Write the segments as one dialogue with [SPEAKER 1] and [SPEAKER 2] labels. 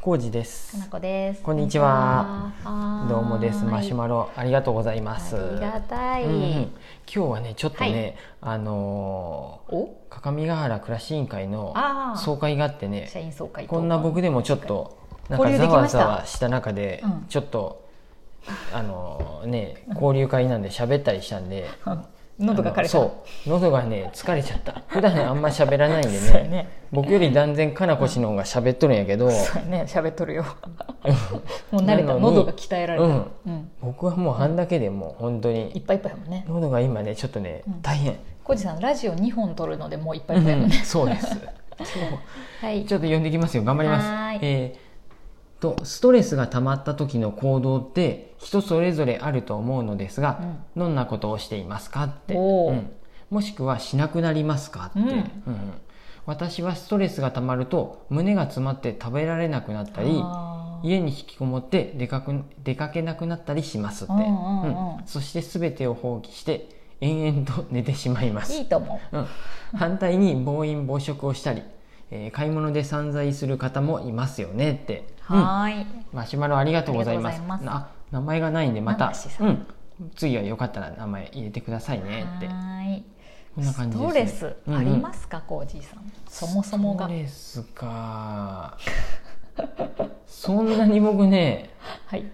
[SPEAKER 1] 浩二です
[SPEAKER 2] かなこです。
[SPEAKER 1] こんにちは
[SPEAKER 2] こんにちは。
[SPEAKER 1] どうもですマシュ
[SPEAKER 2] ロ
[SPEAKER 1] マロありがとうございます
[SPEAKER 2] ありがたい。
[SPEAKER 1] うんうん今日はねちょっとね、あの
[SPEAKER 2] お、
[SPEAKER 1] ー、各務原クラシ委員会の
[SPEAKER 2] ああ、
[SPEAKER 1] 総会があってね
[SPEAKER 2] 社員総会と。
[SPEAKER 1] こんな僕でもちょっとなん
[SPEAKER 2] 交
[SPEAKER 1] か
[SPEAKER 2] 流で
[SPEAKER 1] ざ
[SPEAKER 2] きま
[SPEAKER 1] わ
[SPEAKER 2] した
[SPEAKER 1] ざわした中で
[SPEAKER 2] うん
[SPEAKER 1] ちょっと、あのーね交流会なんで喋ったりしたんで
[SPEAKER 2] 喉が枯れた。
[SPEAKER 1] あのそう喉がね疲れちゃ った普段あんま喋らないんで
[SPEAKER 2] そうや
[SPEAKER 1] ね
[SPEAKER 2] ね。
[SPEAKER 1] 僕より断然かなこ氏の方が喋っとるんやけど、
[SPEAKER 2] そうやね。喋っと るよ。もう慣れ
[SPEAKER 1] な
[SPEAKER 2] た。
[SPEAKER 1] のに
[SPEAKER 2] 喉が鍛えられ
[SPEAKER 1] う
[SPEAKER 2] た。
[SPEAKER 1] ん、
[SPEAKER 2] うん。
[SPEAKER 1] 僕はもうあんだけでもう本当
[SPEAKER 2] いっ
[SPEAKER 1] に
[SPEAKER 2] ぱいいっぱいやもんね。
[SPEAKER 1] 喉が今ねちょっとね
[SPEAKER 2] うん
[SPEAKER 1] 大変、
[SPEAKER 2] コジさんラジオ二本撮るのでもういっぱいういっぱいやもん
[SPEAKER 1] ん、
[SPEAKER 2] ね。
[SPEAKER 1] そうです
[SPEAKER 2] はい。
[SPEAKER 1] ちょっと読んできますよ頑張り
[SPEAKER 2] は
[SPEAKER 1] ま
[SPEAKER 2] ーい
[SPEAKER 1] すえーとストレスが溜まった時の行動って人それぞれあると思うのですが、どんなことをしていますかって、
[SPEAKER 2] お
[SPEAKER 1] う
[SPEAKER 2] ー
[SPEAKER 1] んもしくはしなくなりますかって、
[SPEAKER 2] うん
[SPEAKER 1] うんうん私はストレスが溜まると胸が詰まって食べられなくなったり
[SPEAKER 2] あー
[SPEAKER 1] 家に引きこもって出かく出かけなくなったりしますって、
[SPEAKER 2] うんうんうん
[SPEAKER 1] そして全てを放棄して延々と寝てしまいま
[SPEAKER 2] い
[SPEAKER 1] す
[SPEAKER 2] い、と思
[SPEAKER 1] うん、反対に暴飲暴食をしたり、えー買い物で散財する方もいますよねって、
[SPEAKER 2] う。
[SPEAKER 1] うん
[SPEAKER 2] はーい。
[SPEAKER 1] マシュマロありがとうございます
[SPEAKER 2] ありがとうござい
[SPEAKER 1] あ名前がないんでまた
[SPEAKER 2] ママシ、さ
[SPEAKER 1] うんん、次はよかったら名前入れてくださいねって
[SPEAKER 2] はーい。
[SPEAKER 1] こんな感じ
[SPEAKER 2] スト
[SPEAKER 1] で
[SPEAKER 2] レ
[SPEAKER 1] す、ね
[SPEAKER 2] ス、ありますか、コージーさん。そもそも
[SPEAKER 1] ス
[SPEAKER 2] が。は
[SPEAKER 1] ト
[SPEAKER 2] い。
[SPEAKER 1] レスかそんなに僕ね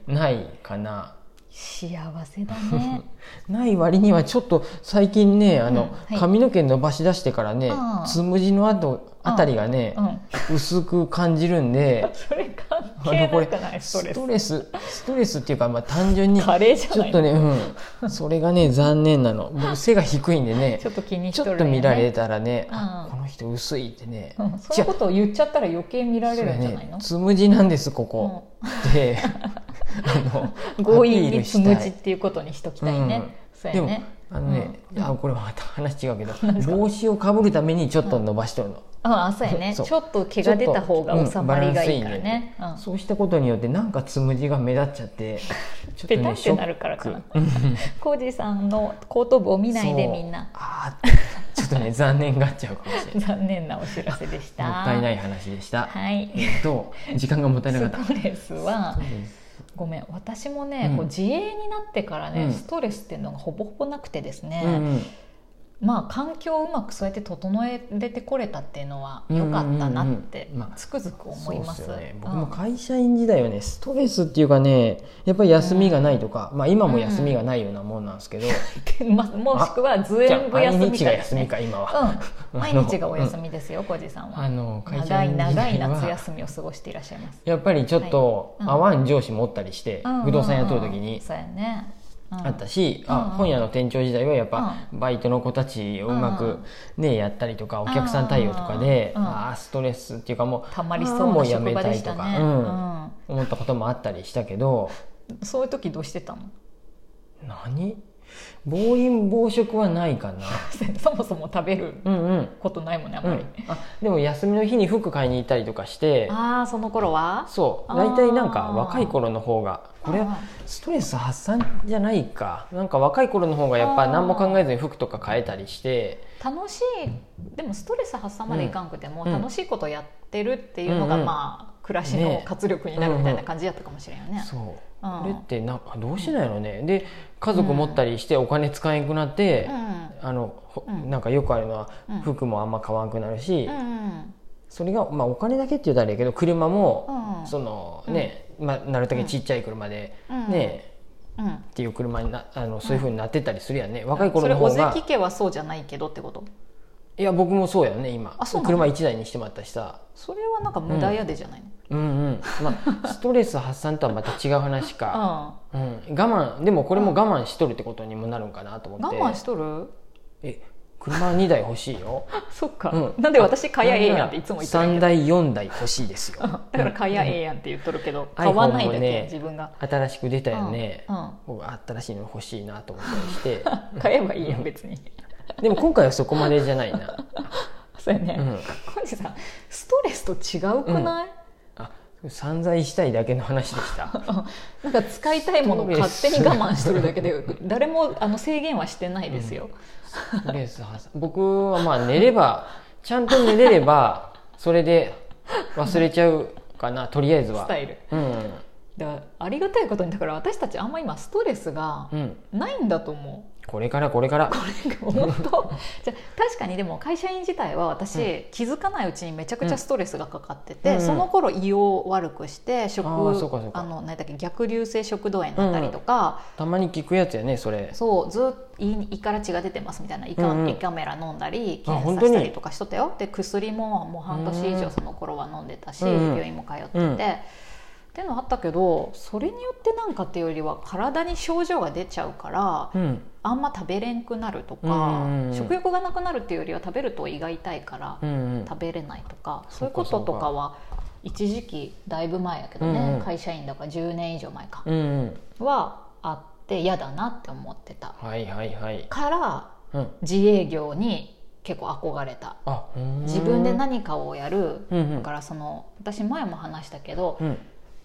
[SPEAKER 1] ないかな
[SPEAKER 2] 幸せだ ね。
[SPEAKER 1] ない割にはちょっと最近ねあの、
[SPEAKER 2] うんはい
[SPEAKER 1] 髪の毛伸ばし出してからね
[SPEAKER 2] ああ
[SPEAKER 1] つむじの跡あたりがね
[SPEAKER 2] うん。
[SPEAKER 1] 薄く感じるん で
[SPEAKER 2] それ関
[SPEAKER 1] あ
[SPEAKER 2] 係
[SPEAKER 1] のこ
[SPEAKER 2] な
[SPEAKER 1] れ
[SPEAKER 2] くないストレ
[SPEAKER 1] ス
[SPEAKER 2] ス
[SPEAKER 1] トレスストレスっていうか、まあ、単純にちょ
[SPEAKER 2] カレーじゃな
[SPEAKER 1] っ
[SPEAKER 2] い
[SPEAKER 1] とね、うん、それがね残念なの僕背が低いんでね
[SPEAKER 2] ちょっと気にし
[SPEAKER 1] ち
[SPEAKER 2] と
[SPEAKER 1] ょ
[SPEAKER 2] る
[SPEAKER 1] っ
[SPEAKER 2] ん
[SPEAKER 1] と
[SPEAKER 2] やね
[SPEAKER 1] 見られたらね、
[SPEAKER 2] うん
[SPEAKER 1] あこの人薄いってね、
[SPEAKER 2] うんそうい
[SPEAKER 1] 違
[SPEAKER 2] う
[SPEAKER 1] う
[SPEAKER 2] ことを言っちゃったら余計見られるんじゃないの、
[SPEAKER 1] つむじなんですここ、 であの
[SPEAKER 2] 強引につむ
[SPEAKER 1] アピールした
[SPEAKER 2] じ
[SPEAKER 1] い
[SPEAKER 2] っていうことにしときたいね、そう
[SPEAKER 1] で
[SPEAKER 2] や
[SPEAKER 1] も
[SPEAKER 2] ね
[SPEAKER 1] あのね、
[SPEAKER 2] うん
[SPEAKER 1] いやこれまた話違うけど
[SPEAKER 2] 何ですか
[SPEAKER 1] 帽子をかぶるためにちょっと伸ばしとるの、
[SPEAKER 2] ああそうやね
[SPEAKER 1] そう
[SPEAKER 2] ちょっと毛が出た方が収まりがいいからね、
[SPEAKER 1] うんバランスいいんだよ
[SPEAKER 2] うん
[SPEAKER 1] そうしたことによってなんかつむじが目立っちゃ ってち
[SPEAKER 2] ペタってなるからかな
[SPEAKER 1] ショックうん
[SPEAKER 2] コージーさんの後頭部を 見ないで
[SPEAKER 1] そう
[SPEAKER 2] みんな
[SPEAKER 1] あーちょっとね残念がっちゃうかもしれないもっ
[SPEAKER 2] 残念なお知らせでした
[SPEAKER 1] たいないい話でした、
[SPEAKER 2] はい
[SPEAKER 1] えっと時間がもったいなか った
[SPEAKER 2] ストレスは
[SPEAKER 1] そうです
[SPEAKER 2] ごめん私もね、
[SPEAKER 1] うん
[SPEAKER 2] こう自営になってからね、
[SPEAKER 1] うん
[SPEAKER 2] ストレスっていうのがほぼほぼなくてですね、
[SPEAKER 1] うんうん
[SPEAKER 2] まあ環境をうまくそうやって整えれてこれたっていうのは良かったなって
[SPEAKER 1] うんうんうんまあ
[SPEAKER 2] つくづく思います。
[SPEAKER 1] そうっよね、僕
[SPEAKER 2] うん
[SPEAKER 1] も会社員時代はねストレスっていうかねやっぱり休みがないとか、まあ今も休みがないようなもんなんですけ ど、
[SPEAKER 2] まもしくはず
[SPEAKER 1] じゃ
[SPEAKER 2] えん
[SPEAKER 1] あ
[SPEAKER 2] ぶ休み
[SPEAKER 1] 毎
[SPEAKER 2] で
[SPEAKER 1] 日
[SPEAKER 2] す
[SPEAKER 1] が
[SPEAKER 2] ね
[SPEAKER 1] 休みか今は、
[SPEAKER 2] うん、毎 日がお休みですよ、小路さん
[SPEAKER 1] あ
[SPEAKER 2] は。
[SPEAKER 1] の会社
[SPEAKER 2] 長い
[SPEAKER 1] 員時
[SPEAKER 2] 長い
[SPEAKER 1] 代
[SPEAKER 2] 夏
[SPEAKER 1] は
[SPEAKER 2] 休みを過ごしていらっしゃいます。
[SPEAKER 1] やっぱりちょっと
[SPEAKER 2] はいうん
[SPEAKER 1] 合わん上司もおったりして、
[SPEAKER 2] うん
[SPEAKER 1] 不動産雇う時
[SPEAKER 2] うん
[SPEAKER 1] に
[SPEAKER 2] そうやね。うん
[SPEAKER 1] あったし、
[SPEAKER 2] うん
[SPEAKER 1] あ本屋の店長時代はやっぱバイトの子たちをうま
[SPEAKER 2] うん
[SPEAKER 1] く、ね、やったりとかお客さん対応とかで、
[SPEAKER 2] うん
[SPEAKER 1] あーストレスっていうかもう
[SPEAKER 2] たまりそ
[SPEAKER 1] あー
[SPEAKER 2] う
[SPEAKER 1] も
[SPEAKER 2] な
[SPEAKER 1] うや
[SPEAKER 2] 職
[SPEAKER 1] め
[SPEAKER 2] 場
[SPEAKER 1] た
[SPEAKER 2] で
[SPEAKER 1] い
[SPEAKER 2] し
[SPEAKER 1] と
[SPEAKER 2] た
[SPEAKER 1] か、
[SPEAKER 2] ね。
[SPEAKER 1] うん思ったこともあったりしたけど
[SPEAKER 2] うんそういう時どうしてたの？
[SPEAKER 1] 何暴飲暴食はないかな
[SPEAKER 2] そもそも食べる
[SPEAKER 1] うんうん
[SPEAKER 2] ことないもんね、あん
[SPEAKER 1] う
[SPEAKER 2] まり。
[SPEAKER 1] ん、あでも休みの日に服買いに行ったりとかして
[SPEAKER 2] ああ、その頃は？
[SPEAKER 1] そう
[SPEAKER 2] あー
[SPEAKER 1] 大体なんか若い頃の方がこれ
[SPEAKER 2] うんうん
[SPEAKER 1] はストレス発散じゃないかなんか若い頃の方がやっぱ何も考えずに服とか変えたりして
[SPEAKER 2] 楽しいでもストレス発散までいかんくても、
[SPEAKER 1] うん
[SPEAKER 2] 楽しいことやってるっていうの
[SPEAKER 1] う
[SPEAKER 2] が、
[SPEAKER 1] んうん
[SPEAKER 2] まあ暮らしの活力になるみたいな感じやったかもしれんよね。
[SPEAKER 1] そう
[SPEAKER 2] うん
[SPEAKER 1] これってなんかどうしてないのねで家族持ったりしてお金使えなくなって
[SPEAKER 2] うん
[SPEAKER 1] あのほ
[SPEAKER 2] うん
[SPEAKER 1] なんかよくあるのは
[SPEAKER 2] うん
[SPEAKER 1] 服もあんま買わなくなるし
[SPEAKER 2] うんうん
[SPEAKER 1] それがまあお金だけって言うたらあれやけど車も
[SPEAKER 2] うん
[SPEAKER 1] そのねまあなるだけちっちゃい車で
[SPEAKER 2] うん
[SPEAKER 1] ね
[SPEAKER 2] うん
[SPEAKER 1] っていう車になあのそういうふうになってったりするやんね、若い
[SPEAKER 2] そ
[SPEAKER 1] 頃
[SPEAKER 2] れ
[SPEAKER 1] の
[SPEAKER 2] 小
[SPEAKER 1] 方が
[SPEAKER 2] 関家はそうじゃないけどってこと
[SPEAKER 1] いや僕もそうやね今
[SPEAKER 2] あそうなの
[SPEAKER 1] 車1台にしてもらったしさ
[SPEAKER 2] それはなんか無駄やでじゃないの、
[SPEAKER 1] うんうんま あストレス発散とはまた違う話か、
[SPEAKER 2] う
[SPEAKER 1] うん我慢でもこれも我慢しとるってことにもなるんかなと思
[SPEAKER 2] ん
[SPEAKER 1] って
[SPEAKER 2] 我慢しとる
[SPEAKER 1] え車2台欲しい よ
[SPEAKER 2] そっか、
[SPEAKER 1] うん
[SPEAKER 2] なんで私「かやええやん」っていつも言ってるん
[SPEAKER 1] 3
[SPEAKER 2] やけ
[SPEAKER 1] 台4台欲しいですよ
[SPEAKER 2] どだから「かやええやん」って言っとるけど、
[SPEAKER 1] iPhone
[SPEAKER 2] 買わないだけ、
[SPEAKER 1] もね
[SPEAKER 2] 自分が、
[SPEAKER 1] 新しく出たよね、
[SPEAKER 2] うんうん
[SPEAKER 1] 僕新しいの欲しいなと思ったりして
[SPEAKER 2] 買えばいいやん別に
[SPEAKER 1] でも今回はそこまでじゃないな、
[SPEAKER 2] そうやね、
[SPEAKER 1] うん、
[SPEAKER 2] 小西さんストレスと違うくない、
[SPEAKER 1] あ散財したいだけの話でした
[SPEAKER 2] なんか使いたいものを勝手に我慢してるだけで誰もあの制限はしてないですよ、
[SPEAKER 1] ストレス発散僕はまあ寝ればちゃんと寝れればそれで忘れちゃうかなとりあえずは
[SPEAKER 2] スタイル
[SPEAKER 1] うん
[SPEAKER 2] だからありがたいことにだから私たちあんま今ストレスが
[SPEAKER 1] うん
[SPEAKER 2] ないんだと思
[SPEAKER 1] これからこれから
[SPEAKER 2] う、これが本 当じゃあ確かにでも会社員自体は私、
[SPEAKER 1] うん
[SPEAKER 2] 気づかないうちにめちゃくちゃストレスがかかってて、
[SPEAKER 1] うん
[SPEAKER 2] その頃胃を悪くして食
[SPEAKER 1] あーそうかそうか
[SPEAKER 2] あの何だっけ逆流性食道炎だったりとか、
[SPEAKER 1] たまに聞くやつやねそれ
[SPEAKER 2] そうずっと胃に胃から血が出てますみたいな胃,、
[SPEAKER 1] うんうん
[SPEAKER 2] 胃カメラ飲んだり
[SPEAKER 1] あ
[SPEAKER 2] 検
[SPEAKER 1] 本
[SPEAKER 2] 査
[SPEAKER 1] 当
[SPEAKER 2] し
[SPEAKER 1] に
[SPEAKER 2] たりとかしとったよで薬ももう半年以
[SPEAKER 1] う
[SPEAKER 2] 上
[SPEAKER 1] ん
[SPEAKER 2] その頃は飲んでたし、
[SPEAKER 1] うんうん
[SPEAKER 2] 病院も通ってて、
[SPEAKER 1] うん
[SPEAKER 2] っていうのはあったけどそれによってなんかっていうよりは体に症状が出ちゃうから
[SPEAKER 1] うん
[SPEAKER 2] あんま食べれんくなるとか、
[SPEAKER 1] うんうん
[SPEAKER 2] 食欲がなくなるっていうよりは食べると胃が痛いから
[SPEAKER 1] うんうん
[SPEAKER 2] 食べれないとか、そう
[SPEAKER 1] そ
[SPEAKER 2] いうう
[SPEAKER 1] か
[SPEAKER 2] こととかは一時期だいぶ前やけどね、
[SPEAKER 1] うんうん
[SPEAKER 2] 会社員だから10年以上前か、
[SPEAKER 1] うんうん
[SPEAKER 2] はあって嫌だなって思ってた。
[SPEAKER 1] はいはいはい
[SPEAKER 2] から
[SPEAKER 1] うん
[SPEAKER 2] 自営業に結構憧れた
[SPEAKER 1] あうーん
[SPEAKER 2] 自分で何かをやる
[SPEAKER 1] うんう
[SPEAKER 2] だ
[SPEAKER 1] ん
[SPEAKER 2] からその私前も話したけど
[SPEAKER 1] うん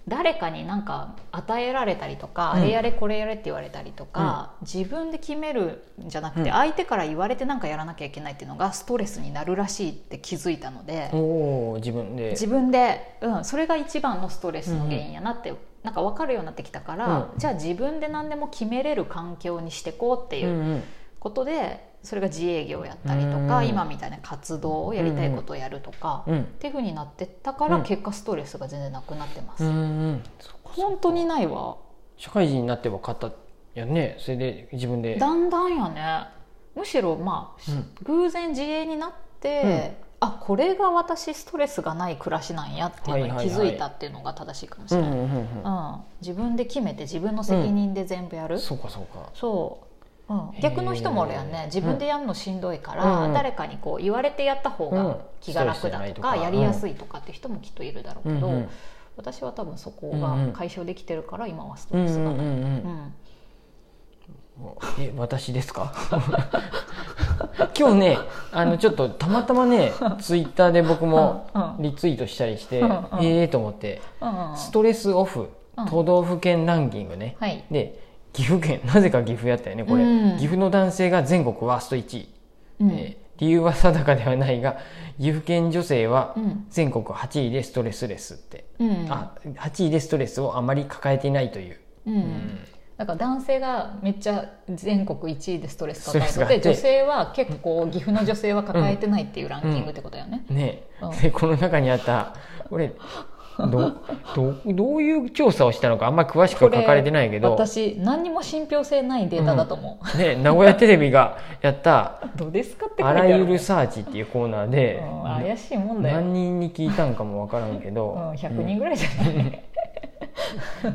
[SPEAKER 2] 誰かになんか与えられたりとか、
[SPEAKER 1] うん
[SPEAKER 2] あれやれこれやれって言われたりとか、自分で決めるんじゃなくて、
[SPEAKER 1] うん
[SPEAKER 2] 相手から言われてなんかやらなきゃいけないっていうのがストレスになるらしいって気づいたので、
[SPEAKER 1] おお自分で
[SPEAKER 2] 自分で、うん、それが一番のストレスの原因やなって、なんか分かるようになってきたから、
[SPEAKER 1] うん
[SPEAKER 2] じゃあ自分で何でも決めれる環境にしてこうっていう
[SPEAKER 1] うんうん
[SPEAKER 2] ことでそれが自営業やったりとか、
[SPEAKER 1] うん
[SPEAKER 2] 今みたいな活動をやりたいことをやるとか、
[SPEAKER 1] うん
[SPEAKER 2] っていうふうになってったから、
[SPEAKER 1] うん
[SPEAKER 2] 結果ストレスが全然なくなってます、
[SPEAKER 1] うんうんそっかそっか
[SPEAKER 2] 本当にないわ
[SPEAKER 1] 社会人になって分かったやねそれで自分で
[SPEAKER 2] だんだんやねむしろまあ、
[SPEAKER 1] うん
[SPEAKER 2] 偶然自営になって、あこれが私ストレスがない暮らしなんやっていうのに気づいたっていうのが正しいかもし
[SPEAKER 1] う
[SPEAKER 2] れ
[SPEAKER 1] ん
[SPEAKER 2] ない、
[SPEAKER 1] うんうん
[SPEAKER 2] うん自分で決めて自分の責任で全部やる、
[SPEAKER 1] うんそうかそうか
[SPEAKER 2] そう、うん
[SPEAKER 1] へ、ー
[SPEAKER 2] 逆の人もあるよね自分でやるのしんどいから、
[SPEAKER 1] うん
[SPEAKER 2] 誰かにこう言われてやった方
[SPEAKER 1] う
[SPEAKER 2] が
[SPEAKER 1] ん
[SPEAKER 2] 気が楽だ
[SPEAKER 1] ストレスじゃない
[SPEAKER 2] と
[SPEAKER 1] と
[SPEAKER 2] か、
[SPEAKER 1] か
[SPEAKER 2] やりやすいとかって人もきっといるだろう
[SPEAKER 1] う
[SPEAKER 2] け
[SPEAKER 1] ん
[SPEAKER 2] ど、
[SPEAKER 1] うん
[SPEAKER 2] 私は多分そこ
[SPEAKER 1] うん
[SPEAKER 2] が
[SPEAKER 1] うん
[SPEAKER 2] 解消できてるから今はスト
[SPEAKER 1] うん
[SPEAKER 2] レ
[SPEAKER 1] う
[SPEAKER 2] スが
[SPEAKER 1] んう
[SPEAKER 2] ない、
[SPEAKER 1] んうん
[SPEAKER 2] うん
[SPEAKER 1] え私ですか 今日ねあのちょっとたまたまねツイッターで僕も
[SPEAKER 2] うんうん
[SPEAKER 1] リツイートしたりして、
[SPEAKER 2] うんうん
[SPEAKER 1] ええと思って、
[SPEAKER 2] うんうん
[SPEAKER 1] ストレスオフ
[SPEAKER 2] うん
[SPEAKER 1] 都道府県ランキングね、
[SPEAKER 2] はい
[SPEAKER 1] で岐阜県 なぜか岐阜やったよねこれ、
[SPEAKER 2] うん
[SPEAKER 1] 岐阜の男性が全国ワースト1位、
[SPEAKER 2] うん
[SPEAKER 1] えー理由は定かではないが岐阜県女性は
[SPEAKER 2] うん
[SPEAKER 1] 全国8位でストレスレスって、
[SPEAKER 2] うん
[SPEAKER 1] あ8位でストレスをあまり抱えていないという、
[SPEAKER 2] うん
[SPEAKER 1] うん
[SPEAKER 2] だから男性がめっちゃ全国1位でストレス抱え
[SPEAKER 1] ストレス
[SPEAKER 2] て
[SPEAKER 1] があ
[SPEAKER 2] て
[SPEAKER 1] って
[SPEAKER 2] 女性は結構岐阜の女性は抱えてないっていうランキングってことだよね、
[SPEAKER 1] ね
[SPEAKER 2] うん
[SPEAKER 1] でこの中にあった俺どどどういう調査をしたのかあんまり詳しくは書かれてないけど、
[SPEAKER 2] 私何にも信憑性ないデータだと思う、
[SPEAKER 1] ね、名古屋テレビがやった
[SPEAKER 2] どうですかっ
[SPEAKER 1] 「
[SPEAKER 2] て書い
[SPEAKER 1] あ
[SPEAKER 2] てあ
[SPEAKER 1] ら
[SPEAKER 2] る
[SPEAKER 1] ゆるサーチ」っていうコーナーで
[SPEAKER 2] うん怪しいもんだよ、
[SPEAKER 1] 何人に聞いたんかもわからんけ
[SPEAKER 2] う
[SPEAKER 1] ど、
[SPEAKER 2] ん、100人ぐらいじゃない、
[SPEAKER 1] うん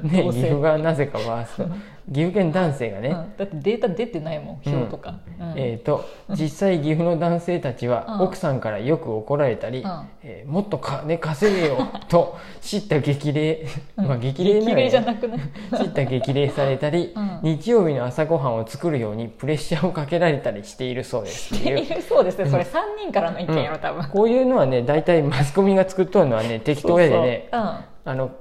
[SPEAKER 2] ど
[SPEAKER 1] ね、
[SPEAKER 2] うせ
[SPEAKER 1] 岐阜がなぜかワースト岐阜県男性がね、
[SPEAKER 2] うんだってデータ出てないもん表とか、うん
[SPEAKER 1] えー、と実際岐阜の男性たち
[SPEAKER 2] う
[SPEAKER 1] は
[SPEAKER 2] ん
[SPEAKER 1] 奥さんからよく怒られたり、
[SPEAKER 2] うん
[SPEAKER 1] えーもっと金稼げよ と知った激励、
[SPEAKER 2] うん
[SPEAKER 1] まあ激励
[SPEAKER 2] 激
[SPEAKER 1] な
[SPEAKER 2] 励じゃ
[SPEAKER 1] ら
[SPEAKER 2] なくない
[SPEAKER 1] 知った激励されたり、
[SPEAKER 2] うん
[SPEAKER 1] 日曜日の朝ごはんを作るようにプレッシャーをかけられたりしているそうですっていう
[SPEAKER 2] いるそうですねそれ3人からの意見やろ多分、
[SPEAKER 1] こういうのはね大体マスコミが作っとるのはね適当やでね
[SPEAKER 2] そうそう
[SPEAKER 1] あの、
[SPEAKER 2] うん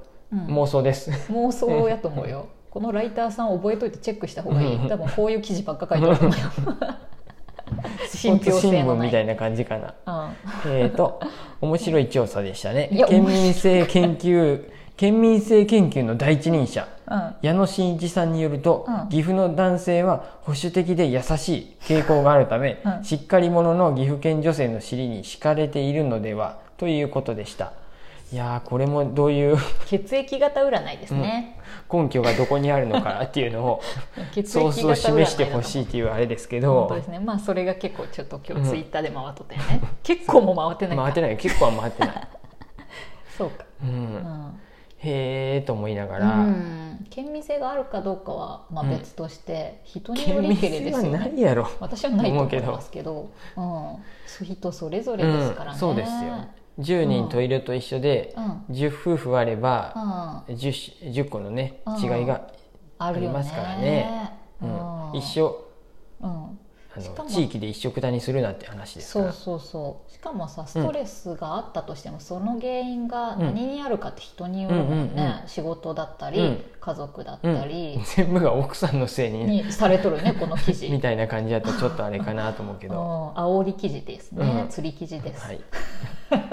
[SPEAKER 1] 妄想です
[SPEAKER 2] うん、妄想やと思うよこのライターさん覚えといてチェックした方がいい、
[SPEAKER 1] うん
[SPEAKER 2] 多分こういう記事ばっか書いてると思う よ信憑
[SPEAKER 1] スポーツ
[SPEAKER 2] 性
[SPEAKER 1] 新
[SPEAKER 2] の
[SPEAKER 1] 聞
[SPEAKER 2] ない
[SPEAKER 1] みたいな感じかな。
[SPEAKER 2] うん
[SPEAKER 1] えー、 と面白い調査でしたね
[SPEAKER 2] いや
[SPEAKER 1] 県民性研究県民性研究の第一人者
[SPEAKER 2] うん
[SPEAKER 1] 矢野真一さんによると、
[SPEAKER 2] うん
[SPEAKER 1] 岐阜の男性は保守的で優しい傾向があるため、
[SPEAKER 2] うん
[SPEAKER 1] しっかり者の岐阜県女性の尻に敷かれているのではということでしたいやーこれもどういう
[SPEAKER 2] 血液型占いですね、
[SPEAKER 1] 根拠がどこにあるのかっていうのを
[SPEAKER 2] 血液
[SPEAKER 1] ソー
[SPEAKER 2] 型
[SPEAKER 1] ス
[SPEAKER 2] 占
[SPEAKER 1] を
[SPEAKER 2] いだと思う
[SPEAKER 1] 示してほしいっていうあれですけ
[SPEAKER 2] 本当
[SPEAKER 1] ど
[SPEAKER 2] ですねまあそれが結構ちょっと今日ツイッターで回っとったよね、結構も回ってないか
[SPEAKER 1] 回ってない結構は回ってない、
[SPEAKER 2] そうか、
[SPEAKER 1] う、
[SPEAKER 2] うんん
[SPEAKER 1] へえと思いなが
[SPEAKER 2] う
[SPEAKER 1] ら。
[SPEAKER 2] ん、県民性があるかどうかはまあ
[SPEAKER 1] うん
[SPEAKER 2] 別として、人によ
[SPEAKER 1] 県
[SPEAKER 2] り
[SPEAKER 1] 民
[SPEAKER 2] けれ
[SPEAKER 1] 性
[SPEAKER 2] で
[SPEAKER 1] は
[SPEAKER 2] すよ
[SPEAKER 1] な
[SPEAKER 2] ね
[SPEAKER 1] いやろ
[SPEAKER 2] 私はないと思いますけどうん、人それぞれですからね、
[SPEAKER 1] うん、そうですよ10人トイレと一緒で、
[SPEAKER 2] うん、うん
[SPEAKER 1] 10夫婦あれば、10, し10個のね
[SPEAKER 2] うん
[SPEAKER 1] 違いが、
[SPEAKER 2] あるよね
[SPEAKER 1] ありますからねうん一緒
[SPEAKER 2] 生、うん
[SPEAKER 1] あ
[SPEAKER 2] しかも
[SPEAKER 1] の地域で一緒くたにするなって話ですか
[SPEAKER 2] そう
[SPEAKER 1] ら
[SPEAKER 2] そうそうしかもさストレスがあったとしても、その原因が何にあるかって人によるもんね、
[SPEAKER 1] うんうんう
[SPEAKER 2] 仕事だったり、
[SPEAKER 1] うん
[SPEAKER 2] 家族だっ
[SPEAKER 1] うん
[SPEAKER 2] たり、
[SPEAKER 1] 全部が奥さんのせいに、
[SPEAKER 2] にされとるねこの記事
[SPEAKER 1] みたいな感じだとちょっとあれかなと思うけ
[SPEAKER 2] う
[SPEAKER 1] ど、
[SPEAKER 2] ん、煽り記事ですね、
[SPEAKER 1] うん
[SPEAKER 2] 釣り記事です、
[SPEAKER 1] はい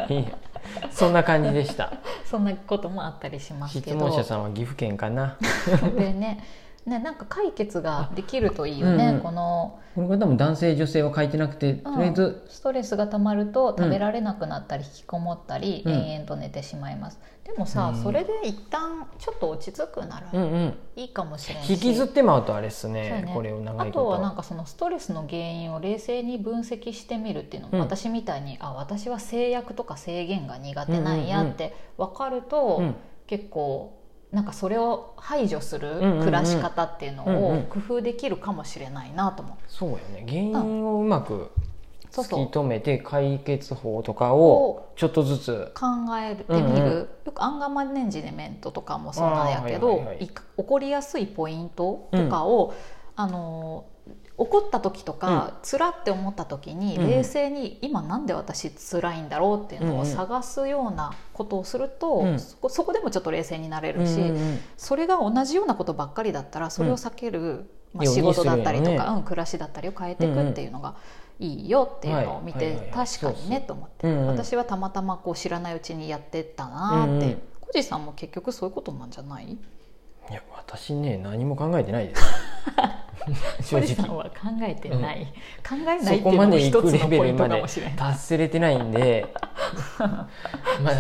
[SPEAKER 1] いいや そんな感じでした
[SPEAKER 2] そんなこともあったりします
[SPEAKER 1] 質
[SPEAKER 2] けど
[SPEAKER 1] 問者さんは岐阜県かな
[SPEAKER 2] でねねなんか解決ができるといいよね、
[SPEAKER 1] うんうん
[SPEAKER 2] この
[SPEAKER 1] この方も男性女性は書いてなくてとりあえず、
[SPEAKER 2] ストレスがたまると
[SPEAKER 1] うん
[SPEAKER 2] 食べられなくなったり引きこもったり、
[SPEAKER 1] うん
[SPEAKER 2] 延々と寝てしまいますでもさ、
[SPEAKER 1] うん
[SPEAKER 2] それで一旦ちょっと落ち着くなら
[SPEAKER 1] うんうん
[SPEAKER 2] いいかもしれないし、
[SPEAKER 1] 引きずってまうとあれっす
[SPEAKER 2] そう
[SPEAKER 1] ね
[SPEAKER 2] ね
[SPEAKER 1] これを長
[SPEAKER 2] あ
[SPEAKER 1] いこと
[SPEAKER 2] とはなんかそのストレスの原因を冷静に分析してみるっていうのも、
[SPEAKER 1] うん
[SPEAKER 2] 私みたいにあ私は制約とか制限が苦手なん
[SPEAKER 1] う
[SPEAKER 2] や
[SPEAKER 1] んうんうん
[SPEAKER 2] って分かると、
[SPEAKER 1] うん
[SPEAKER 2] 結構なんかそれを排除する
[SPEAKER 1] んうんうん
[SPEAKER 2] 暮らし方っていう
[SPEAKER 1] うん
[SPEAKER 2] の
[SPEAKER 1] うん
[SPEAKER 2] を工夫できるかもしれないなと思う。
[SPEAKER 1] そうよね原因をうまく
[SPEAKER 2] そう
[SPEAKER 1] 突
[SPEAKER 2] そう
[SPEAKER 1] き止めて解決法とかをちょっとずつ
[SPEAKER 2] 考えてみ
[SPEAKER 1] う
[SPEAKER 2] る、
[SPEAKER 1] んうん
[SPEAKER 2] よくアンガーマネジメントとかもそうなんやけ
[SPEAKER 1] あ
[SPEAKER 2] ど、
[SPEAKER 1] ーはいはいはい
[SPEAKER 2] い起こりやすいポイントとかを、あの怒った時とか、辛って思った時に、
[SPEAKER 1] うんうん
[SPEAKER 2] 冷静に今なんで私辛いんだろうっていうの
[SPEAKER 1] うんう
[SPEAKER 2] を
[SPEAKER 1] ん
[SPEAKER 2] 探すようなことをすると、
[SPEAKER 1] うん
[SPEAKER 2] そこそこでもちょっと冷静になれ
[SPEAKER 1] うん
[SPEAKER 2] る
[SPEAKER 1] う
[SPEAKER 2] し、
[SPEAKER 1] ん
[SPEAKER 2] それが同じようなことばっかりだったらそれを避ける、まあ、
[SPEAKER 1] ように
[SPEAKER 2] 仕事だったりと
[SPEAKER 1] す
[SPEAKER 2] か
[SPEAKER 1] るよ、ね
[SPEAKER 2] うん、暮らしだったりを変えていくっていうのがいいよっていうのを見て、
[SPEAKER 1] はいはいはいはい
[SPEAKER 2] 確かに
[SPEAKER 1] そう
[SPEAKER 2] ね
[SPEAKER 1] そう
[SPEAKER 2] と思って、
[SPEAKER 1] うんうん
[SPEAKER 2] 私はたまたまこう知らないうちにやってったなーって、
[SPEAKER 1] うんうん
[SPEAKER 2] コジさんも結局そういうことなんじゃない
[SPEAKER 1] いや私ね何も考えてない です
[SPEAKER 2] コ
[SPEAKER 1] 正
[SPEAKER 2] ジさん
[SPEAKER 1] 直
[SPEAKER 2] は考えてな、
[SPEAKER 1] ないい
[SPEAKER 2] 考えな
[SPEAKER 1] そ
[SPEAKER 2] いって
[SPEAKER 1] こ
[SPEAKER 2] いうの
[SPEAKER 1] ま
[SPEAKER 2] も
[SPEAKER 1] で
[SPEAKER 2] 一
[SPEAKER 1] 行く
[SPEAKER 2] つ
[SPEAKER 1] レ
[SPEAKER 2] の
[SPEAKER 1] ベ
[SPEAKER 2] ポイ
[SPEAKER 1] ル
[SPEAKER 2] ン
[SPEAKER 1] ま
[SPEAKER 2] トか
[SPEAKER 1] で
[SPEAKER 2] もしれない
[SPEAKER 1] 達せれてないん でまだ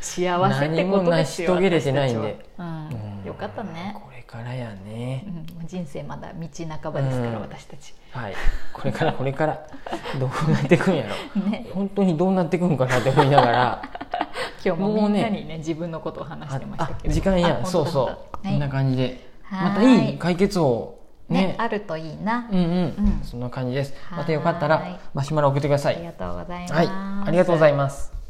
[SPEAKER 2] 幸せってことですよ
[SPEAKER 1] 何も成し遂げれてないんで
[SPEAKER 2] 私たちはうん
[SPEAKER 1] うん
[SPEAKER 2] よかったね、
[SPEAKER 1] これからや
[SPEAKER 2] う
[SPEAKER 1] ね
[SPEAKER 2] ん、人生まだ道半ばですから、
[SPEAKER 1] うん
[SPEAKER 2] 私たち
[SPEAKER 1] はいこれからこれからどうなってくんや ろ
[SPEAKER 2] ね
[SPEAKER 1] 本当にどうなってくんかなって思いながら
[SPEAKER 2] 今日も
[SPEAKER 1] もう
[SPEAKER 2] みん
[SPEAKER 1] ね
[SPEAKER 2] なにね自分のことを話し
[SPEAKER 1] あ
[SPEAKER 2] てました
[SPEAKER 1] あ
[SPEAKER 2] けど
[SPEAKER 1] 時間
[SPEAKER 2] あ
[SPEAKER 1] や
[SPEAKER 2] 本
[SPEAKER 1] そ
[SPEAKER 2] 当
[SPEAKER 1] う
[SPEAKER 2] だ
[SPEAKER 1] そうこ
[SPEAKER 2] はい
[SPEAKER 1] んな感じで
[SPEAKER 2] はーい
[SPEAKER 1] またいい解決法
[SPEAKER 2] ね
[SPEAKER 1] ね
[SPEAKER 2] あるといいな、
[SPEAKER 1] うんう
[SPEAKER 2] うん
[SPEAKER 1] んそんな感じですまた
[SPEAKER 2] はーい
[SPEAKER 1] よかったらマシュマロ送ってくださ
[SPEAKER 2] あり
[SPEAKER 1] い
[SPEAKER 2] がとうございます、
[SPEAKER 1] はいありがとうございます